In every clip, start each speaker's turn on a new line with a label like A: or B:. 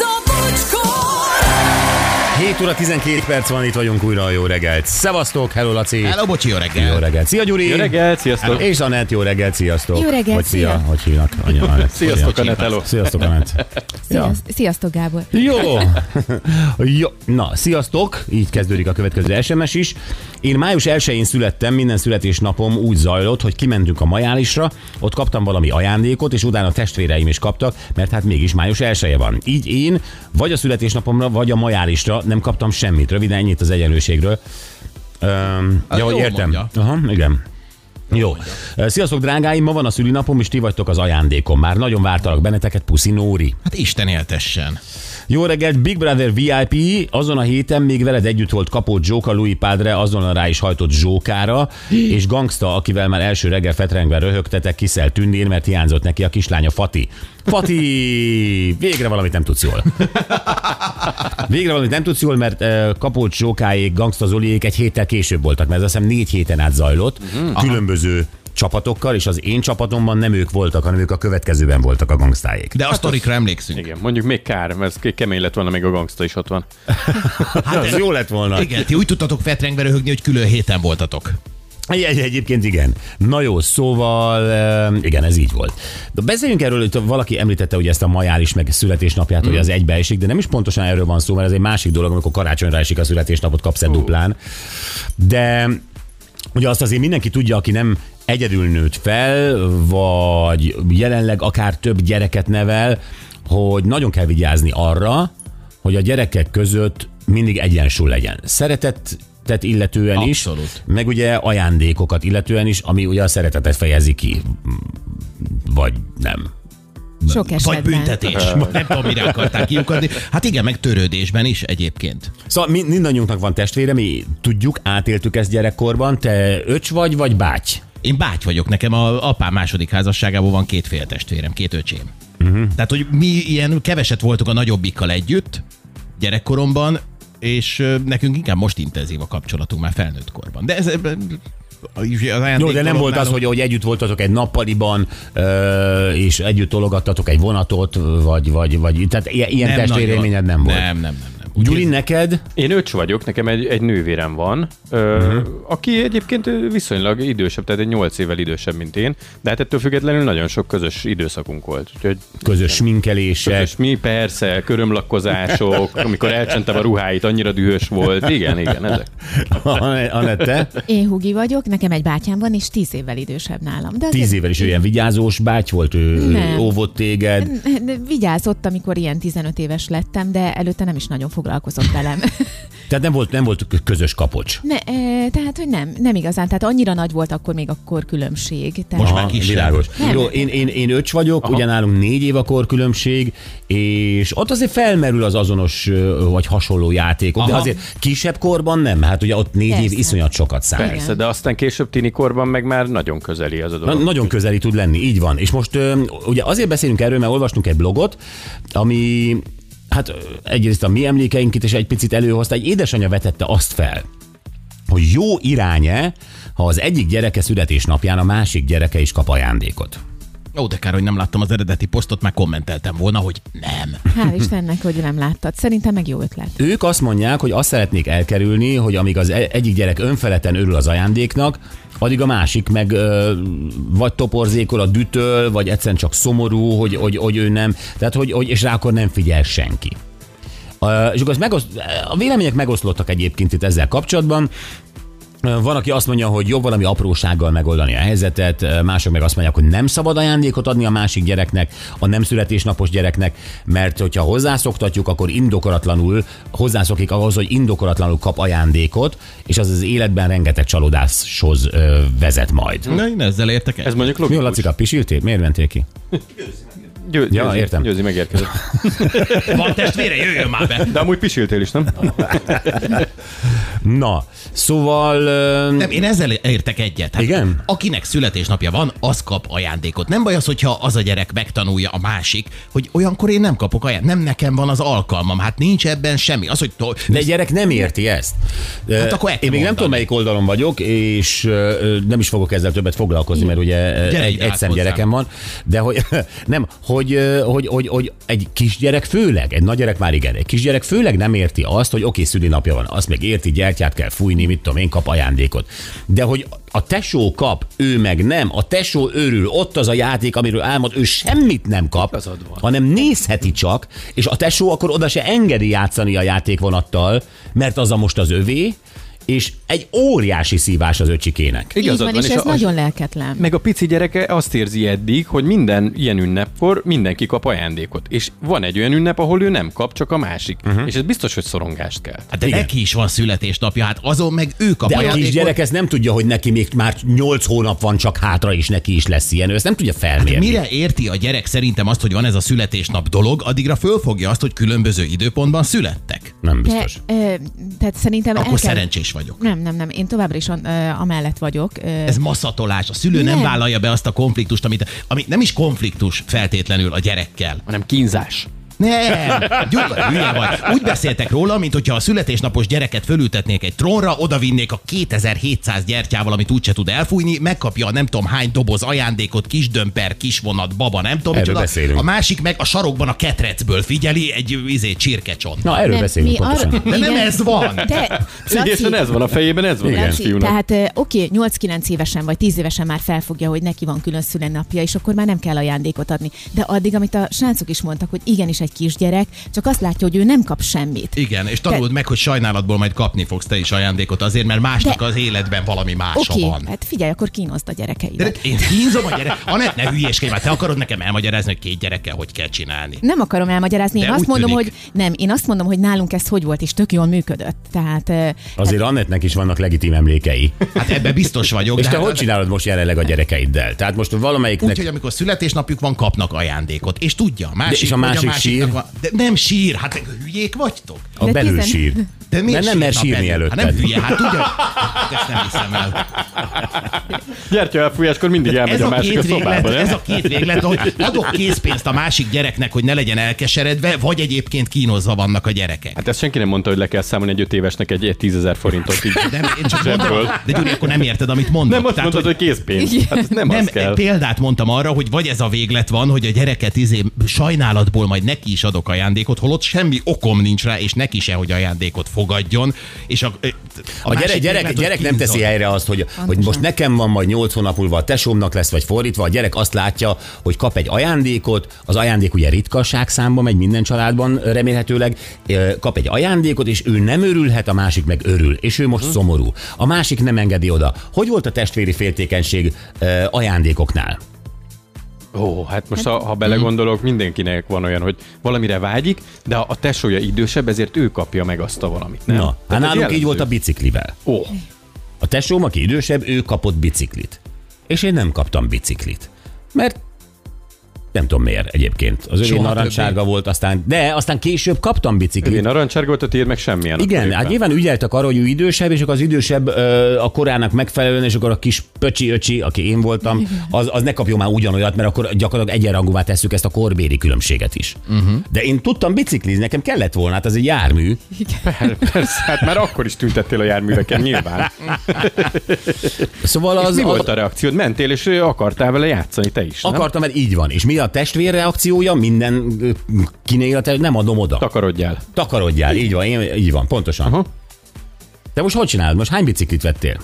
A: a bocskor!
B: 7 óra 12 perc van, itt vagyunk újra, jó reggelt. Szevasztok, hello Laci.
C: Hello, bocsi, jó reggel.
B: Jó reggelt. Szia Gyuri.
D: Jó reggelt, sziasztok!
B: És Anett, jó reggelt, sziasztok.
E: Jó reggelt,
B: Vagy szia.
E: szia.
B: Hogy hívnak? Anya, Anett.
D: Sziasztok,
B: Hogy hívnak?
D: Anett, hello.
B: Sziasztok, Anett. Ja.
E: Sziaszt- Sziasztok, Gábor.
B: Jó. Jó. Na, sziasztok! Így kezdődik a következő SMS is. Én május 1-én születtem, minden születésnapom úgy zajlott, hogy kimentünk a majálisra, ott kaptam valami ajándékot, és utána testvéreim is kaptak, mert hát mégis május 1 van. Így én vagy a születésnapomra, vagy a majálisra nem kaptam semmit. Röviden ennyit az egyenlőségről. Öm,
C: Hát
B: ja, hogy
C: jól
B: értem.
C: mondja.
B: Aha, igen. Jó. Sziasztok, drágáim! Ma van a szülinapom, és ti vagytok az ajándékom. Már nagyon vártalak benneteket, puszi Nóri.
C: Hát Isten éltessen.
B: Jó reggelt, Big Brother VIP, azon a héten még veled együtt volt kapó Jóka Louis Padre, azonnal rá is hajtott Zsókára, és Gangsta, akivel már első reggel fetrengve röhögtetek, kiszel tündér, mert hiányzott neki a kislánya Fati. Fati, végre valamit nem tudsz jól. Végre valamit nem tudsz jól, mert uh, Kapocs Zsókáék, Gangsta Zoliék egy héttel később voltak, mert azt hiszem négy héten át zajlott, különböző csapatokkal, és az én csapatomban nem ők voltak, hanem ők a következőben voltak a gangstáék.
C: De a sztorikra emlékszünk.
D: Igen, mondjuk még kár, mert ez kemény lett volna, még a gangsta is ott van.
B: Hát az jó lett volna.
C: Igen, ti úgy tudtatok fetrengve röhögni, hogy külön héten voltatok.
B: Egy, egy, egyébként igen. Na jó, szóval em, igen, ez így volt. De beszéljünk erről, hogy valaki említette ugye ezt a majális meg születésnapját, hogy az egybeesik, de nem is pontosan erről van szó, mert ez egy másik dolog, amikor karácsonyra esik a születésnapot, kapsz egy duplán. De ugye azt azért mindenki tudja, aki nem egyedül nőtt fel, vagy jelenleg akár több gyereket nevel, hogy nagyon kell vigyázni arra, hogy a gyerekek között mindig egyensúly legyen. Szeretet tehát illetően is,
C: Abszolút.
B: meg ugye ajándékokat illetően is, ami ugye a szeretetet fejezi ki, Mm, vagy nem.
E: Sok
C: Vagy
E: esetben.
C: büntetés. Nem tudom, mire akarták kiukadni. Hát igen, meg törődésben is egyébként.
B: Szóval mi, mindannyiunknak van testvére, mi tudjuk, átéltük ezt gyerekkorban, te öcs vagy, vagy báty?
C: Én báty vagyok, nekem a apám második házasságából van két féltestvérem, két öcsém.
B: Mhm.
C: Uh-huh. Tehát, hogy mi ilyen keveset voltunk a nagyobbikkal együtt gyerekkoromban, és ö, nekünk inkább most intenzív a kapcsolatunk már felnőtt korban. De ez... ö, ö, a- az
B: Jó, de nem volt az, hogy, hogy együtt voltatok egy nappaliban, ö, és együtt tologattatok egy vonatot, vagy, vagy, vagy tehát ilyen, ilyen testvérélményed nem volt.
C: Nem, nem, nem. nem. Úgy
B: Gyuri, neked?
D: Én öcs vagyok, nekem egy, egy nővérem van, ö,
B: Mhm.
D: uh-huh. aki egyébként ö, viszonylag idősebb, tehát egy 8 évvel idősebb, mint én, de hát ettől függetlenül nagyon sok közös időszakunk volt. Úgyhogy
B: Közös sminkelések.
D: és mi persze, körömlakkozások, amikor elcsentem a ruháit, annyira dühös volt. Igen, igen, ezek.
B: Anette?
E: Én Hugi vagyok, nekem egy bátyám van, és tíz évvel idősebb nálam. De
B: Tíz
E: azért-
B: évvel is ő ilyen vigyázós báty volt, ő
E: Nem.
B: óvott téged.
E: De Vigyázott, amikor ilyen 15 éves lettem, de előtte nem is nagyon foglalkozott velem.
B: Tehát nem volt, nem volt közös kapocs.
E: ne, e, tehát, hogy nem, nem igazán. Tehát annyira nagy volt akkor még akkor különbség. Tehát
C: Most már
B: Aha,
C: kisebb.
B: világos.
E: Nem.
B: Jó, én, én, én öcs vagyok, Aha.
D: Aha.
B: ugyanálunk négy év a korkülönbség, és ott azért felmerül az azonos ö, vagy hasonló játékok, Aha. de
C: Aha.
B: azért kisebb korban nem, hát ugye ott négy év
E: Persze.
B: iszonyat sokat számít.
D: Persze, de aztán később tinikorban meg már nagyon közeli az a
B: Na,
D: dolog.
B: nagyon közeli tud lenni, így van. És most ö, ugye azért beszélünk erről, mert olvastunk egy blogot, ami hát ö, egyrészt a mi emlékeinket is egy picit előhozta, egy édesanyja vetette azt fel, hogy jó iránye, ha az egyik gyereke születésnapján a másik gyereke is kap ajándékot.
C: Ó, de kár, hogy nem láttam az eredeti posztot, már kommenteltem volna, hogy nem.
E: Hál' Istennek, hogy nem láttad. Szerintem meg jó ötlet.
B: Ők azt mondják, hogy azt szeretnék elkerülni, hogy amíg az e- egyik gyerek önfeleten örül az ajándéknak, addig a másik meg ö, vagy toporzékol a dütöl, vagy egyszerűen csak szomorú, hogy, hogy, hogy ő nem, tehát hogy, hogy, és rá akkor nem figyel senki. Ö, És akkor ezt megoszt, a vélemények megoszlottak egyébként itt ezzel kapcsolatban. Ö, Van, aki azt mondja, hogy jobb valami aprósággal megoldani a helyzetet, ö, mások meg azt mondják, hogy nem szabad ajándékot adni a másik gyereknek, a nem születésnapos gyereknek, mert hogyha hozzászoktatjuk, akkor indokoratlanul hozzászokik ahhoz, hogy indokoratlanul kap ajándékot, és az az életben rengeteg csalódáshoz ö, vezet majd.
C: Na, én ezzel értek el.
D: Ez mondjuk
B: Mi
D: logikus.
B: a Lacika, pisiltél? Miért mentél ki?
D: Győ,
B: Ja,
D: győzi,
B: értem.
D: Győzi megérkezett.
C: Van testvére, jöjjön már be!
D: De amúgy pisiltél is, nem?
B: Na, szóval... ö,
C: Nem, én ezzel értek egyet. Hát,
B: Igen?
C: Akinek születésnapja van, az kap ajándékot. Nem baj az, hogyha az a gyerek megtanulja a másik, hogy olyankor én nem kapok ajándékot. Nem nekem van az alkalmam. Hát nincs ebben semmi. Az, hogy to-
B: De egy gyerek nem érti ezt. Hát
C: akkor el kell
B: Én még nem
C: mondani.
B: tudom, melyik oldalon vagyok, és ö, ö, nem is fogok ezzel többet foglalkozni, mert ugye
C: Gyere
B: ö, egy,
C: ide át
B: egy szem
C: hozzám.
B: gyerekem van, de hogy nem, hogy, ö, hogy, hogy, hogy egy kisgyerek főleg, egy nagygyerek már igen, egy kisgyerek főleg nem érti azt, hogy oké, okay, szülinapja van, azt még érti, gyertyát kell fújni, mit tudom én, kap ajándékot. De hogy a tesó kap, ő meg nem, a tesó örül, ott az a játék, amiről álmod, ő semmit nem kap, hanem nézheti csak, és a tesó akkor oda se engedi játszani a játékvonattal, mert az a most az övé, és egy óriási szívás az öcsikének.
E: Így
D: Igazad
E: van,
D: van,
E: és
D: és
E: ez
D: a-
E: nagyon lelketlen.
D: Meg a pici gyereke azt érzi eddig, hogy minden ilyen ünnepkor mindenki kap ajándékot. És van egy olyan ünnep, ahol ő nem kap, csak a másik.
B: Mhm.
D: Uh-huh. És ez biztos, hogy szorongást kell.
C: Hát de
B: Igen.
C: neki is van születésnapja, hát azon meg ő kap
B: De a
C: ajándékot.
B: kisgyerek ezt nem tudja, hogy neki még már 8 hónap van csak hátra, és neki is lesz ilyen. Ő ezt nem tudja felmérni.
C: Mire érti a gyerek szerintem azt, hogy van ez a születésnap dolog, addigra fölfogja azt, hogy különböző időpontban születtek.
B: Nem
E: De,
B: biztos.
E: ö, e, tehát szerintem el
C: Akkor
E: kell...
C: szerencsés vagyok.
E: Nem, nem, nem. Én továbbra is an, ö, amellett vagyok. E, Ö,
C: Ez maszatolás. A szülő nem, nem
E: Nem.
C: vállalja be azt a konfliktust, amit, ami nem is konfliktus feltétlenül a gyerekkel.
D: Hanem kínzás.
C: Nem, Gyula, hülye vagy. Úgy beszéltek róla, mint hogyha a születésnapos gyereket fölültetnék egy trónra, odavinnék a 2700 gyertyával, amit úgyse tud elfújni, megkapja a nem tudom hány doboz ajándékot, kis dömper, kis vonat, baba, nem tudom.
B: Erről
C: micsoda.
B: beszélünk.
C: A másik meg a sarokban a ketrecből figyeli egy izé csirkecson.
B: Na, erről
E: nem,
B: beszélünk
E: mi
B: pontosan.
E: arra-
C: De nem
E: Igen.
C: ez van.
E: Te,
D: Szívesen
E: Laci,
D: szóval ez van a fejében, ez van a
E: Laci,
D: fiúnak.
E: tehát ö, oké, 8-9 évesen vagy 10 évesen már felfogja, hogy neki van külön szülennapja, és akkor már nem kell ajándékot adni. De addig, amit a srácok is mondtak, hogy igenis egy kisgyerek, csak azt látja, hogy ő nem kap semmit.
C: Igen, és tanuld meg, hogy sajnálatból majd kapni fogsz te is ajándékot azért, mert másnak
E: De-
C: az életben valami mása
E: Oké,
C: van.
E: hát figyelj, akkor kínozd a
C: De
E: gyerekeidet.
C: én kínzom a gyerek. Anett, ne hülyéskedj már, te akarod nekem elmagyarázni, hogy két gyerekkel hogy kell csinálni.
E: Nem akarom elmagyarázni,
C: De
E: én azt
C: úgy
E: mondom,
C: tűnik.
E: hogy nem, én azt mondom, hogy nálunk ez hogy volt, és tök jól működött. Tehát ö,
B: Azért Annettnek is vannak legitim emlékei.
C: Hát ebbe biztos vagyok.
B: És
C: de
B: te
C: hát
B: hogy csinálod most jelenleg a gyerekeiddel? Tehát most valamelyiknek...
C: Úgy, hogy amikor születésnapjuk van, kapnak ajándékot. És tudja, a másik,
B: De és a
C: hogy
B: másik
C: másiknak
B: sír?
C: Van, de nem sír, hát te hülyék vagytok.
B: A
E: De
B: belül
E: tizen-
B: sír.
C: De miért
B: Mert nem mer
C: sírna
B: sírni
C: belül? Hát nem
B: előtted.
C: hülye, hát tudja. Ezt nem hiszem el.
D: Gyertya elfújáskor mindig elmegy
C: Ez
D: a,
C: a,
D: másik a
C: két véglet,
D: szobába, nem?
C: ez a két véglet, hogy adok készpénzt a másik gyereknek, hogy ne legyen elkeseredve, vagy egyébként kínozva vannak a gyerekek.
D: Hát ezt senki nem mondta, hogy le kell számolni egy öt évesnek egy, egy tízezer forintot így.
C: Nem, én csak mondom,
D: Zsebből.
C: de Gyuri, akkor nem érted, amit mondok.
D: Nem azt mondtad, hogy készpénz. Hát ez nem, nem
C: nem,
D: az kell.
C: példát mondtam arra, hogy vagy ez a véglet van, hogy a gyereket izé sajnálatból majd neki is adok ajándékot, holott semmi okom nincs rá, és neki se, hogy ajándékot fogadjon. És a,
B: A gyerek,
C: másik
B: gyerek,
C: véglet, hogy
B: gyerek nem
C: kínzom.
B: teszi helyre azt, hogy, hogy most nekem van, majd 8 hónap múlva a tesómnak lesz, vagy fordítva. A gyerek azt látja, hogy kap egy ajándékot, az ajándék ugye ritkaság számba megy minden családban remélhetőleg, Ö, kap egy ajándékot, és ő nem örülhet, a másik meg örül, és ő most szomorú. A másik nem engedi oda. Hogy volt a testvéri féltékenység ö, ajándékoknál?
D: Ó, hát most ha, ha belegondolok, mindenkinek van olyan, hogy valamire vágyik, de a tesója idősebb, ezért ő kapja meg azt a valamit, nem?
B: Na, hát
D: ez
B: nálunk így
D: jellemző.
B: volt a biciklivel.
D: Ó,
B: A tesóm, aki idősebb, ő kapott biciklit. És én nem kaptam biciklit. Mert nem tudom miért egyébként. Az övé
C: Soha
B: narancsárga volt, aztán, de aztán később kaptam
D: én
B: biciklit.
D: narancsárgót, a tiéd meg semmilyen.
B: Igen, hát nyilván ügyeltek arra, hogy ő idősebb, és akkor az idősebb ö, a korának megfelelően, és akkor a kis pöcsi öcsi, aki én voltam, az, az ne kapjon már ugyanolyat, mert akkor gyakorlatilag egyenrangúvá tesszük ezt a korbéri különbséget is.
D: Mhm.
B: Uh-huh. De én tudtam biciklizni, nekem kellett volna, hát az egy jármű.
D: nyilván. Persze, hát már akkor is tüntettél a járműveken, nyilván.
B: Szóval
D: Az,
B: az,
D: Mi volt a reakciód? Mentél, és ö, akartál vele játszani, te is, nem?
B: Akartam, mert így van. És mi a testvér reakciója? Minden ö, kinél a testvér? Nem adom oda.
D: Takarodjál.
B: Takarodjál, így van, én, így van, pontosan.
D: Aha.
B: Te most hogy csinálod? Most hány biciklit vettél?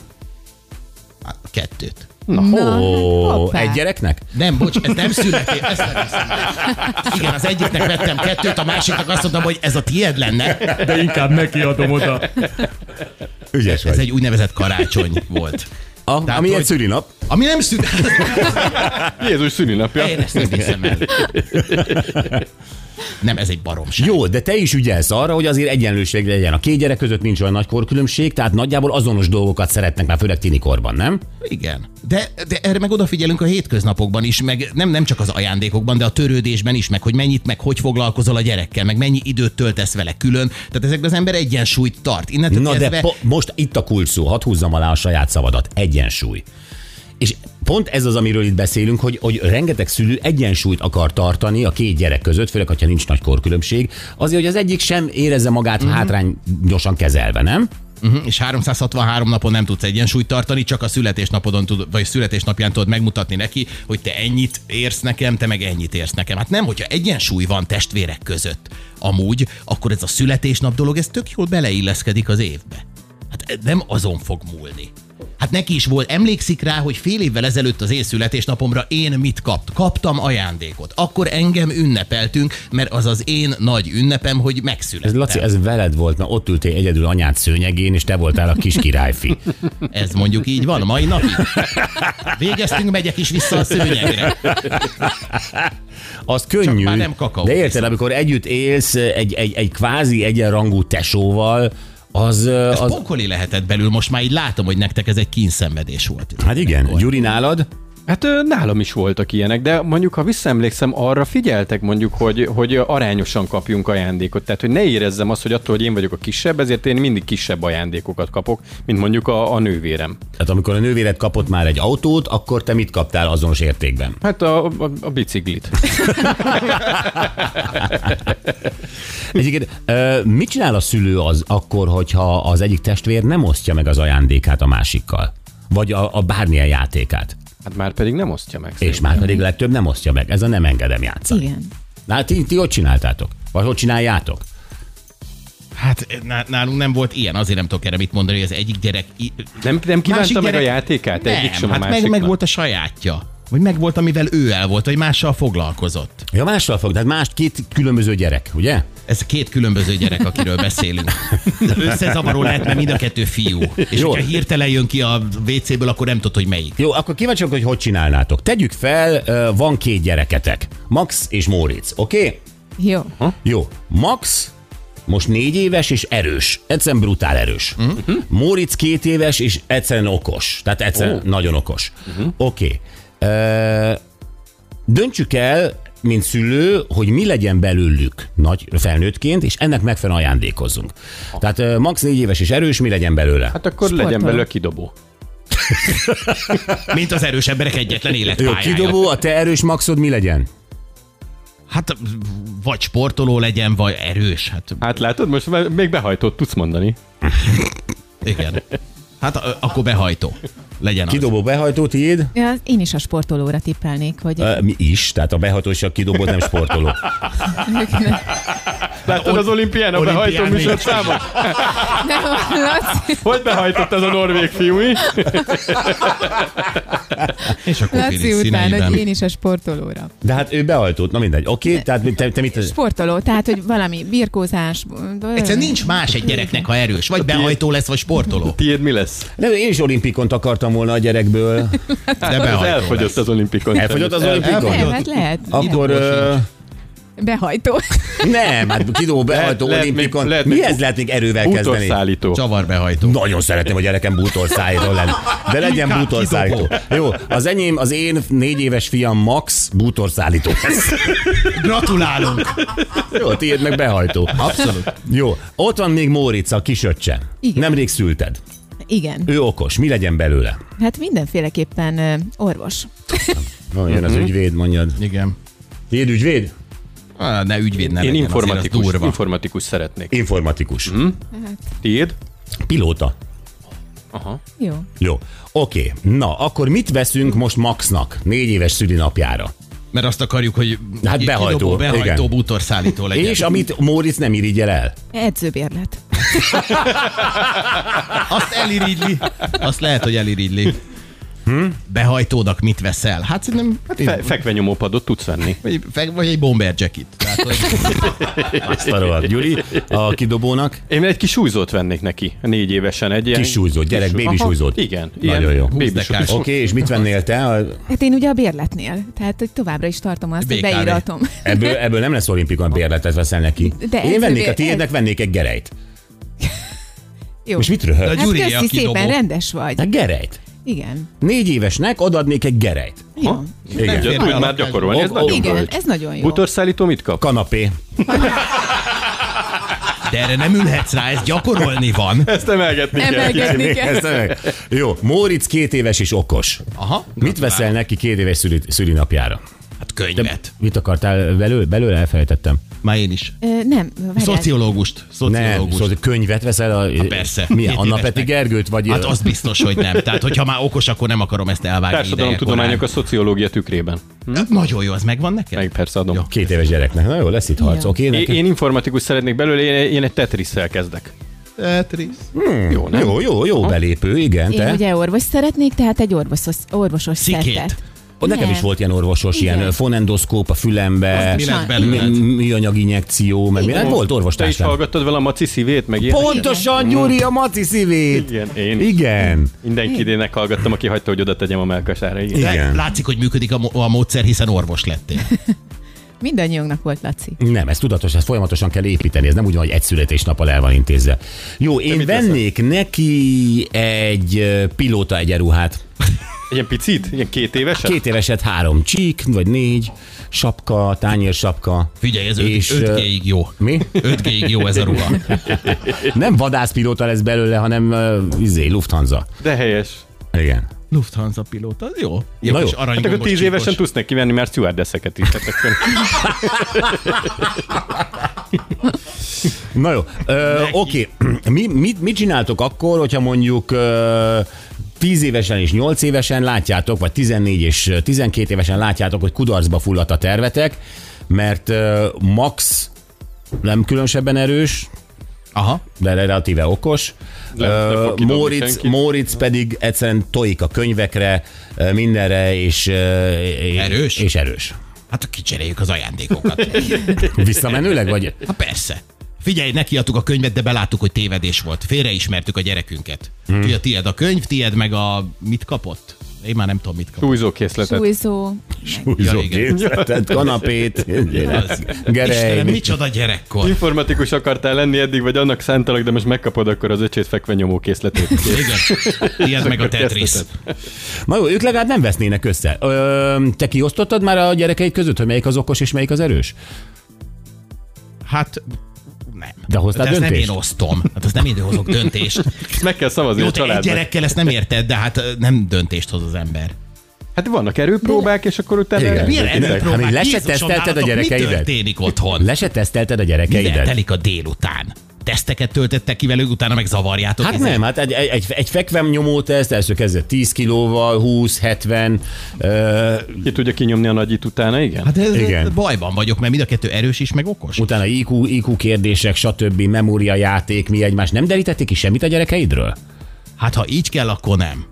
C: Hát, Kettőt.
E: na, hát
B: Ó,
E: hoppá.
B: egy gyereknek?
C: Nem, bocs, ez nem születés. Ezt nem hiszem el. Igen, az egyiknek vettem kettőt, a másiknak azt mondtam, hogy ez a tiéd lenne. De inkább neki adom oda.
B: Ügyes
C: Ez
B: vagy.
C: egy úgynevezett karácsony volt.
B: A,
C: tehát,
B: ami egy
C: hogy-
B: szülinap.
C: Ami nem szület.
D: Jézus szülinapja.
C: Én ezt nem hiszem el. Nem, ez egy baromság.
B: Jó, de te is ügyelsz arra, hogy azért egyenlőség legyen. A két gyerek között nincs olyan nagy korkülönbség, tehát nagyjából azonos dolgokat szeretnek már, főleg tinikorban, nem?
C: Igen. De, de erre meg odafigyelünk a hétköznapokban is, meg nem, nem csak az ajándékokban, de a törődésben is, meg hogy mennyit, meg hogy foglalkozol a gyerekkel, meg mennyi időt töltesz vele külön. Tehát ezekben az ember egyensúlyt tart. Innentől
B: Na de
C: kezdve...
B: po- most itt a kulcs szó, hadd húzzam alá a saját szavadat, egyensúly. És pont ez az, amiről itt beszélünk, hogy, hogy rengeteg szülő egyensúlyt akar tartani a két gyerek között, főleg, hogyha nincs nagy korkülönbség, azért, hogy az egyik sem érezze magát
C: Mhm.
B: mm-hmm. hátrányosan kezelve, nem?
C: Uh-huh, és 363 napon nem tudsz egyensúlyt tartani, csak a születésnapodon tud, vagy születésnapján tudod megmutatni neki, hogy te ennyit érsz nekem, te meg ennyit érsz nekem. Hát nem, hogyha egyensúly van testvérek között amúgy, akkor ez a születésnap dolog, ez tök jól beleilleszkedik az évbe. Hát ez nem azon fog múlni. Hát neki is volt, emlékszik rá, hogy fél évvel ezelőtt az én születésnapomra én mit kapt? Kaptam ajándékot. Akkor engem ünnepeltünk, mert az az én nagy ünnepem, hogy
B: Ez,
C: megszülettem.
B: Laci, ez veled volt, mert ott ültél egyedül anyád szőnyegén, és te voltál a kis királyfi.
C: Ez mondjuk így van, mai napig. Végeztünk, megyek is vissza a szőnyegre.
B: Az könnyű.
C: már nem kakaó.
B: de érted, amikor együtt élsz egy, egy, egy kvázi egyenrangú tesóval, az, az,
C: Ez az... pokoli lehetett belül, most már így látom, hogy nektek ez egy kínszenvedés volt.
B: Hát igen, Gyuri nálad?
D: Hát ö, nálam is voltak ilyenek, de mondjuk, ha visszaemlékszem, arra figyeltek mondjuk, hogy, hogy arányosan kapjunk ajándékot. Tehát, hogy ne érezzem azt, hogy attól, hogy én vagyok a kisebb, ezért én mindig kisebb ajándékokat kapok, mint mondjuk a, a nővérem.
B: Tehát amikor a nővéred kapott már egy autót, akkor te mit kaptál azonos értékben?
D: Hát a, a, a biciklit.
B: Egyébként ö, mit csinál a szülő az akkor, hogyha az egyik testvér nem osztja meg az ajándékát a másikkal? Vagy a, a bármilyen játékát?
D: Hát már pedig nem osztja meg.
B: És
D: szerintem.
B: már pedig legtöbb nem osztja meg. Ez a nem engedem játszani.
E: Igen.
B: Na, hát ti, ti hogy csináltátok? Vagy hogy csináljátok?
C: Hát ná- nálunk nem volt ilyen, azért nem tudok erre mit mondani, hogy az egyik gyerek... i-
D: Nem, nem
C: másik
D: kívánta meg a játékát?
C: Nem,
D: egyik sem a
C: hát meg,
D: másiknak.
C: meg volt a sajátja. Vagy meg volt, amivel ő el volt, vagy mással foglalkozott.
B: Ja, mással fog, tehát más két különböző gyerek, ugye?
C: Ez két különböző gyerek, akiről beszélünk. Összezavaró lehet, mert mind a kettő fiú. És
B: Jó.
C: hogyha hirtelen jön ki a WC-ből, akkor nem tudod, hogy melyik.
B: Jó, akkor kíváncsi vagyok, hogy hogy csinálnátok. Tegyük fel, ö, van két gyereketek, Max és Móricz, oké? Okay?
E: hát, Jó.
B: Jó, Max most négy éves és erős. Egyszerűen brutál erős. Uh-huh. Móricz két éves és egyszerűen okos. Tehát egyszerűen oh. nagyon okos. Uh-huh. Oké. Okay. Döntsük el, mint szülő, hogy mi legyen belőlük nagy felnőttként, és ennek megfelelően ajándékozzunk. Tehát ö, Max négy éves és erős, mi legyen belőle?
D: Hát akkor legyen belőle kidobó.
C: Mint az erős emberek egyetlen
B: Jó,
C: életpályája.
B: kidobó, a te erős Maxod mi legyen?
C: Hát vagy sportoló legyen, vagy erős. Hát
D: Hát látod, most már még behajtott tudsz mondani.
C: igen. Hát ö, akkor behajtó legyen az.
B: Kidobó behajtó, tiéd?
E: Ja, én is a sportolóra tippelnék, hogy
B: Ö, Mi is, tehát a behajtó és a kidobó nem sportoló.
D: Látod az olimpián a
C: olimpián
D: behajtó
C: még.
D: műsorszámot?
E: nem, Laci,
D: Hogy behajtott ez a norvég fiú? mi?
C: És a kokilis
E: Laci után,
C: színeiben.
E: hogy én is a sportolóra.
B: De hát ő behajtott, na mindegy. Oké, okay, tehát te, te mit...
E: Sportoló, tehát, hogy valami birkózás.
C: Egyszerűen nincs más egy gyereknek, ha erős. Vagy behajtó lesz, vagy sportoló.
D: Tiéd mi lesz?
B: Nem, én is olimpikont akartam volna a gyerekből.
C: De
D: Ez
C: behajtó
D: elfogyott
C: lesz.
D: az olimpikon.
B: Elfogyott az
E: Nem,
B: olimpikon?
E: hát lehet.
B: Akkor...
C: Ilyen
B: ö,
E: Behajtó.
B: nem, hát kidó behajtó
D: lehet még-
B: olimpikon.
D: lehet még
B: Mihez lehet még erővel kezdeni?
D: Útorszállító.
C: Csavarbehajtó.
B: Nagyon szeretném, hogy a gyerekem bútorszájtól lenne. De legyen
C: Inkább
B: bútorszállító. Jó, az enyém, az én négy éves fiam Max bútorszállító lesz.
C: Gratulálunk!
B: Jó, tiéd meg behajtó.
C: Abszolút.
B: Jó, ott van még Móric, a kisöccse.
E: Igen.
B: Nemrég szülted.
E: Igen.
B: Ő okos, mi legyen belőle?
E: Hát mindenféleképpen ö, orvos.
B: Na, jön az ügyvéd, mondjad.
C: Igen.
B: Mhm. Tiéd ügyvéd?
C: Ah, Ne ügyvéd, ne
D: Én
C: legyen, azért az
D: informatikus,
C: durva.
D: informatikus szeretnék.
B: Informatikus.
D: Tiéd?
B: Pilóta.
D: Aha.
E: Jó.
B: Jó, oké. Na, akkor mit veszünk most Maxnak négy éves szülinapjára?
C: Mert azt akarjuk, hogy
B: Hát behajtó,
C: kidobó, behajtó
B: igen.
C: bútorszállító legyen.
B: És amit Móricz nem irigyel el.
E: Edzőbérlet.
C: Azt elirigyli. Azt lehet, hogy elirigyli. Hm? Behajtónak mit veszel? Hát szerintem... Hát
D: Fe- fekvenyomópadot tudsz venni.
C: vagy, vagy egy bomber jacket. Tehát Tehát, hogy
B: Azt a rohadt, Gyuri, a kidobónak.
D: Én egy kis súlyzót vennék neki, négy évesen. Egy ilyen...
B: Kis súlyzót, gyerek,
D: Kis-
B: baby
D: Aha,
B: súlyzót.
D: Igen.
B: Nagyon jó. Húsz
D: Baby
C: dekás.
D: súlyzót.
B: Oké, és mit vennél te? A-
E: Hát én ugye a bérletnél, tehát hogy továbbra is tartom azt, hogy
C: BKV.
E: beíratom.
B: Ebből, ebből nem lesz olimpikan bérletet veszel neki.
E: De
B: Én
E: ez-
B: vennék a
E: ez-
B: tiédnek, vennék egy gerejt.
E: Jó.
B: És mit
C: De
B: röhög?
C: a
E: Hát
C: Gyuri,
E: köszi,
C: aki
E: szépen
C: dobog.
E: rendes vagy.
B: Hát gerejt.
E: Igen.
B: Négy évesnek odaadnék egy gerejt.
E: Jó.
D: Nem,
B: Igen.
C: fér
D: Tudj
C: bele
D: már
C: a kezbe.
D: gyakorolni, ez
B: Ó,
D: nagyon
E: Igen,
D: bölcs.
E: ez nagyon jó.
D: Butorszállító mit kap?
B: Kanapé.
C: de erre nem ülhetsz rá, ez gyakorolni van.
D: Ezt emelgetni kell.
E: Emelgetni
B: Még
E: kell.
B: ezt meg. Jó, Móric két éves és okos.
C: Aha.
B: Mit veszel neki két éves szüli, szülinapjára?
C: Hát könyvet.
B: Mit akartál belőle? Belőle elfelejtettem.
C: Már én is.
E: Ö, nem, várjál.
C: Szociológust.
B: Nem,
C: Szociológust.
B: szóval könyvet veszel a...
C: Hát persze.
B: Milyen,
C: Két
B: Anna
C: évesnek.
B: Peti Gergőt? Vagy
C: Hát azt biztos, hogy nem. Tehát, hogyha már okos, akkor nem akarom ezt elvágni
D: Társadalomtudományok a szociológia tükrében.
C: ideje Nagyon jó, az megvan neked?
D: Meg persze adom.
C: Jó.
B: Két éves gyereknek. Na jó, lesz itt harc.
E: Igen.
B: Oké,
D: Én,
B: nekem-
D: én informatikus szeretnék belőle, én, én egy Tetris-szel kezdek.
C: Tetris.
D: Jó, nem?
B: Jó, jó, jó belépő, igen,
E: Én
B: te.
E: ugye orvos szeretnék, tehát egy orvosos, orvosos
C: Szikét.
E: szertet.
B: Ó, Nekem
E: Nem.
B: is volt ilyen orvosos,
E: Igen.
B: ilyen fonendoszkóp a fülembe,
C: Mi
E: Sajnos.
C: lett belőled?
B: mi- műanyag injekció, meg minden. Volt
D: Hát- Te is
B: orvostársam.
D: hallgattad vele a maci szívét, meg ilyen.
B: Pontosan, Gyuri, a maci szívét.
D: Igen, én is.
B: Igen.
D: Mindenkinek hallgattam, aki hagyta, hogy oda tegyem a melkasára. Igen.
C: De
B: Igen.
C: Látszik, hogy működik a, mo- a módszer, hiszen orvos lettél.
E: Mindannyiunknak volt, Laci.
B: Nem, ez tudatos, ezt folyamatosan kell építeni, ez nem úgy van, hogy egy születésnappal el van intézve. Jó, én
D: mit
B: vennék neki egy ö, pilóta egyenruhát.
D: Ilyen picit? Ilyen két évesen?
B: Két éveset három csík, vagy négy, sapka, tányérsapka.
C: Figyelj, ez
B: És,
C: 5G-ig jó.
B: Mi?
C: 5G-ig jó ez a ruha.
B: Nem vadászpilóta lesz belőle, hanem uh, izé, Lufthansa.
D: De helyes.
B: Igen.
C: Lufthansa pilóta, jó. Jó,
B: Na
C: kis
B: jó.
D: Hát akkor
C: aranygombos
D: tíz
C: csíkos.
D: évesen tudsz neki venni már stewardesseket is. Hát akkor
B: Na jó, ö, oké. Mi, mit, mit csináltok akkor, hogyha mondjuk ö, 10 évesen és 8 évesen látjátok, vagy 14 és 12 évesen látjátok, hogy kudarcba fulladt a tervetek, mert ö, Max nem különösebben erős,
C: Aha.
B: de relatíve okos.
D: Nem, nem
B: Ö,
D: fog kidobni
B: Móricz,
D: senki.
B: Móricz pedig egyszerűen tojik a könyvekre, ö, mindenre, és, ö, és
C: Erős?
B: És erős.
C: Hát akkor kicseréljük az ajándékokat.
B: Visszamenőleg, vagy?
C: Hát persze. Figyelj, nekiadtuk a könyvet, de beláttuk, hogy tévedés volt. Félreismertük a gyerekünket. Hmm. Ugye tied a könyv, tied meg a... Mit kapott? Én már nem tudom, mit kapott.
D: Túlzókészletet.
E: Súlyzó.
B: Húzó
C: igen.
B: készletet, kanapét,
C: Az.
B: gerej.
C: Istenem, micsoda gyerekkor.
D: Informatikus akartál lenni eddig, vagy annak szántalak, de most megkapod akkor az öcsét fekve nyomó készletét.
C: Igen. Tied meg a Tetris.
B: Na jó, ők legalább nem vesznének össze. Ö, te kiosztottad már a gyerekeid között, hogy melyik az okos és melyik az erős?
C: Hát nem.
B: De hoztál
C: ezt nem
B: döntést?
C: én osztom. Hát azt nem én hozok döntést.
D: Ezt Meg kell szavazni
C: Jó,
D: a
C: te egy
D: családnak.
C: gyerekkel ezt nem érted, de hát ö, nem döntést hoz az ember.
D: Hát vannak erőpróbák, és akkor utána...
B: Igen.
C: Milyen
B: Tényleg.
C: erőpróbák?
B: Hát, le se
C: Jézusom,
B: tesztelted a
C: nálatok
B: gyerekeidet?
C: Mi történik otthon?
B: Le se tesztelted a
C: Mivel
B: gyerekeidet?
C: telik a délután? Teszteket töltettek ki velük, utána meg zavarjátok
B: Hát
C: ezzel?
B: nem, hát egy, egy, egy, egy fekvem nyomót ezt első kezdett 10 kilóval, 20, 70, ö,
D: Ki tudja kinyomni a nagyit utána, igen?
C: Hát ez,
B: Igen.
C: Igen. bajban vagyok, mert mind a kettő erős is, meg okos.
B: utána IQ, IQ kérdések, stb. memóriajáték, mi egymás. Nem derítették ki semmit a gyerekeidről?
C: Hát ha így kell, akkor nem.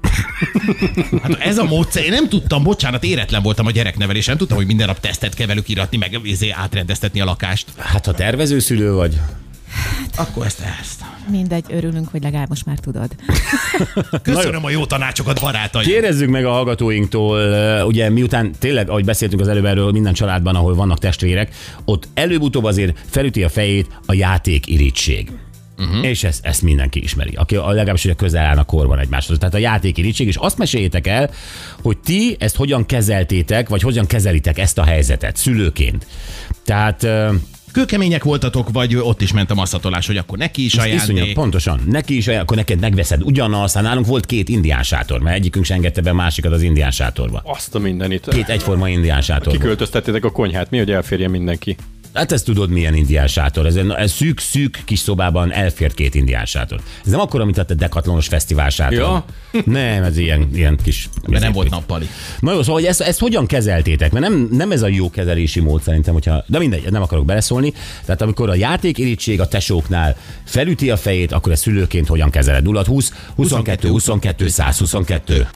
C: Hát ez a módszer, én nem tudtam, bocsánat, éretlen voltam a gyereknevelés, nem tudtam, hogy minden nap tesztet kell velük iratni, meg izé átrendeztetni a lakást. Hát
B: Hát ha tervező szülő vagy,
C: Akkor ezt, ezt.
E: Mindegy, örülünk, hogy legalább most már tudod.
C: Köszönöm a jó tanácsokat, barátaim.
B: Kérdezzük meg a hallgatóinktól, ö, ugye miután tényleg, ahogy beszéltünk az előbb erről, minden családban, ahol vannak testvérek, ott előbb-utóbb azért felüti a fejét a játék irítség. Uh-huh. És ezt, ezt mindenki ismeri, aki a- legalábbis, hogy a közel állnak korban egymáshoz. Tehát a játék irítség, és azt meséljétek el, hogy ti ezt hogyan kezeltétek, vagy hogyan kezelitek ezt a helyzetet szülőként. Tehát ö,
C: Kőkemények voltatok, vagy ott is ment a masszatolás, hogy akkor neki is
B: Iszonyat,
C: ajándék.
B: pontosan. Neki is, akkor neked megveszed ugyanazt. Hát nálunk volt két indián sátor, mert egyikünk sem engedte be a másikat az indián sátorba.
D: Azt a mindenit.
B: Két egyforma indián sátor.
D: Kiköltöztettétek a konyhát, mi, hogy elférje mindenki?
B: Hát ezt tudod, milyen indián sátor. Ez, ez szűk, szűk kis szobában elfért két indián sátor. Ez nem akkor, mint a te dekatlonos fesztivál sátor.
D: Ja.
B: Nem, ez ilyen, ilyen kis... izé,
C: De nem volt nappali.
B: Na jó, szóval hogy ezt, ezt hogyan kezeltétek? Mert nem, nem ez a jó kezelési mód szerintem, hogyha... De mindegy, nem akarok beleszólni. Tehát amikor a játék irítség a tesóknál felüti a fejét, akkor ezt szülőként hogyan kezeled? 0 20 22 22 122.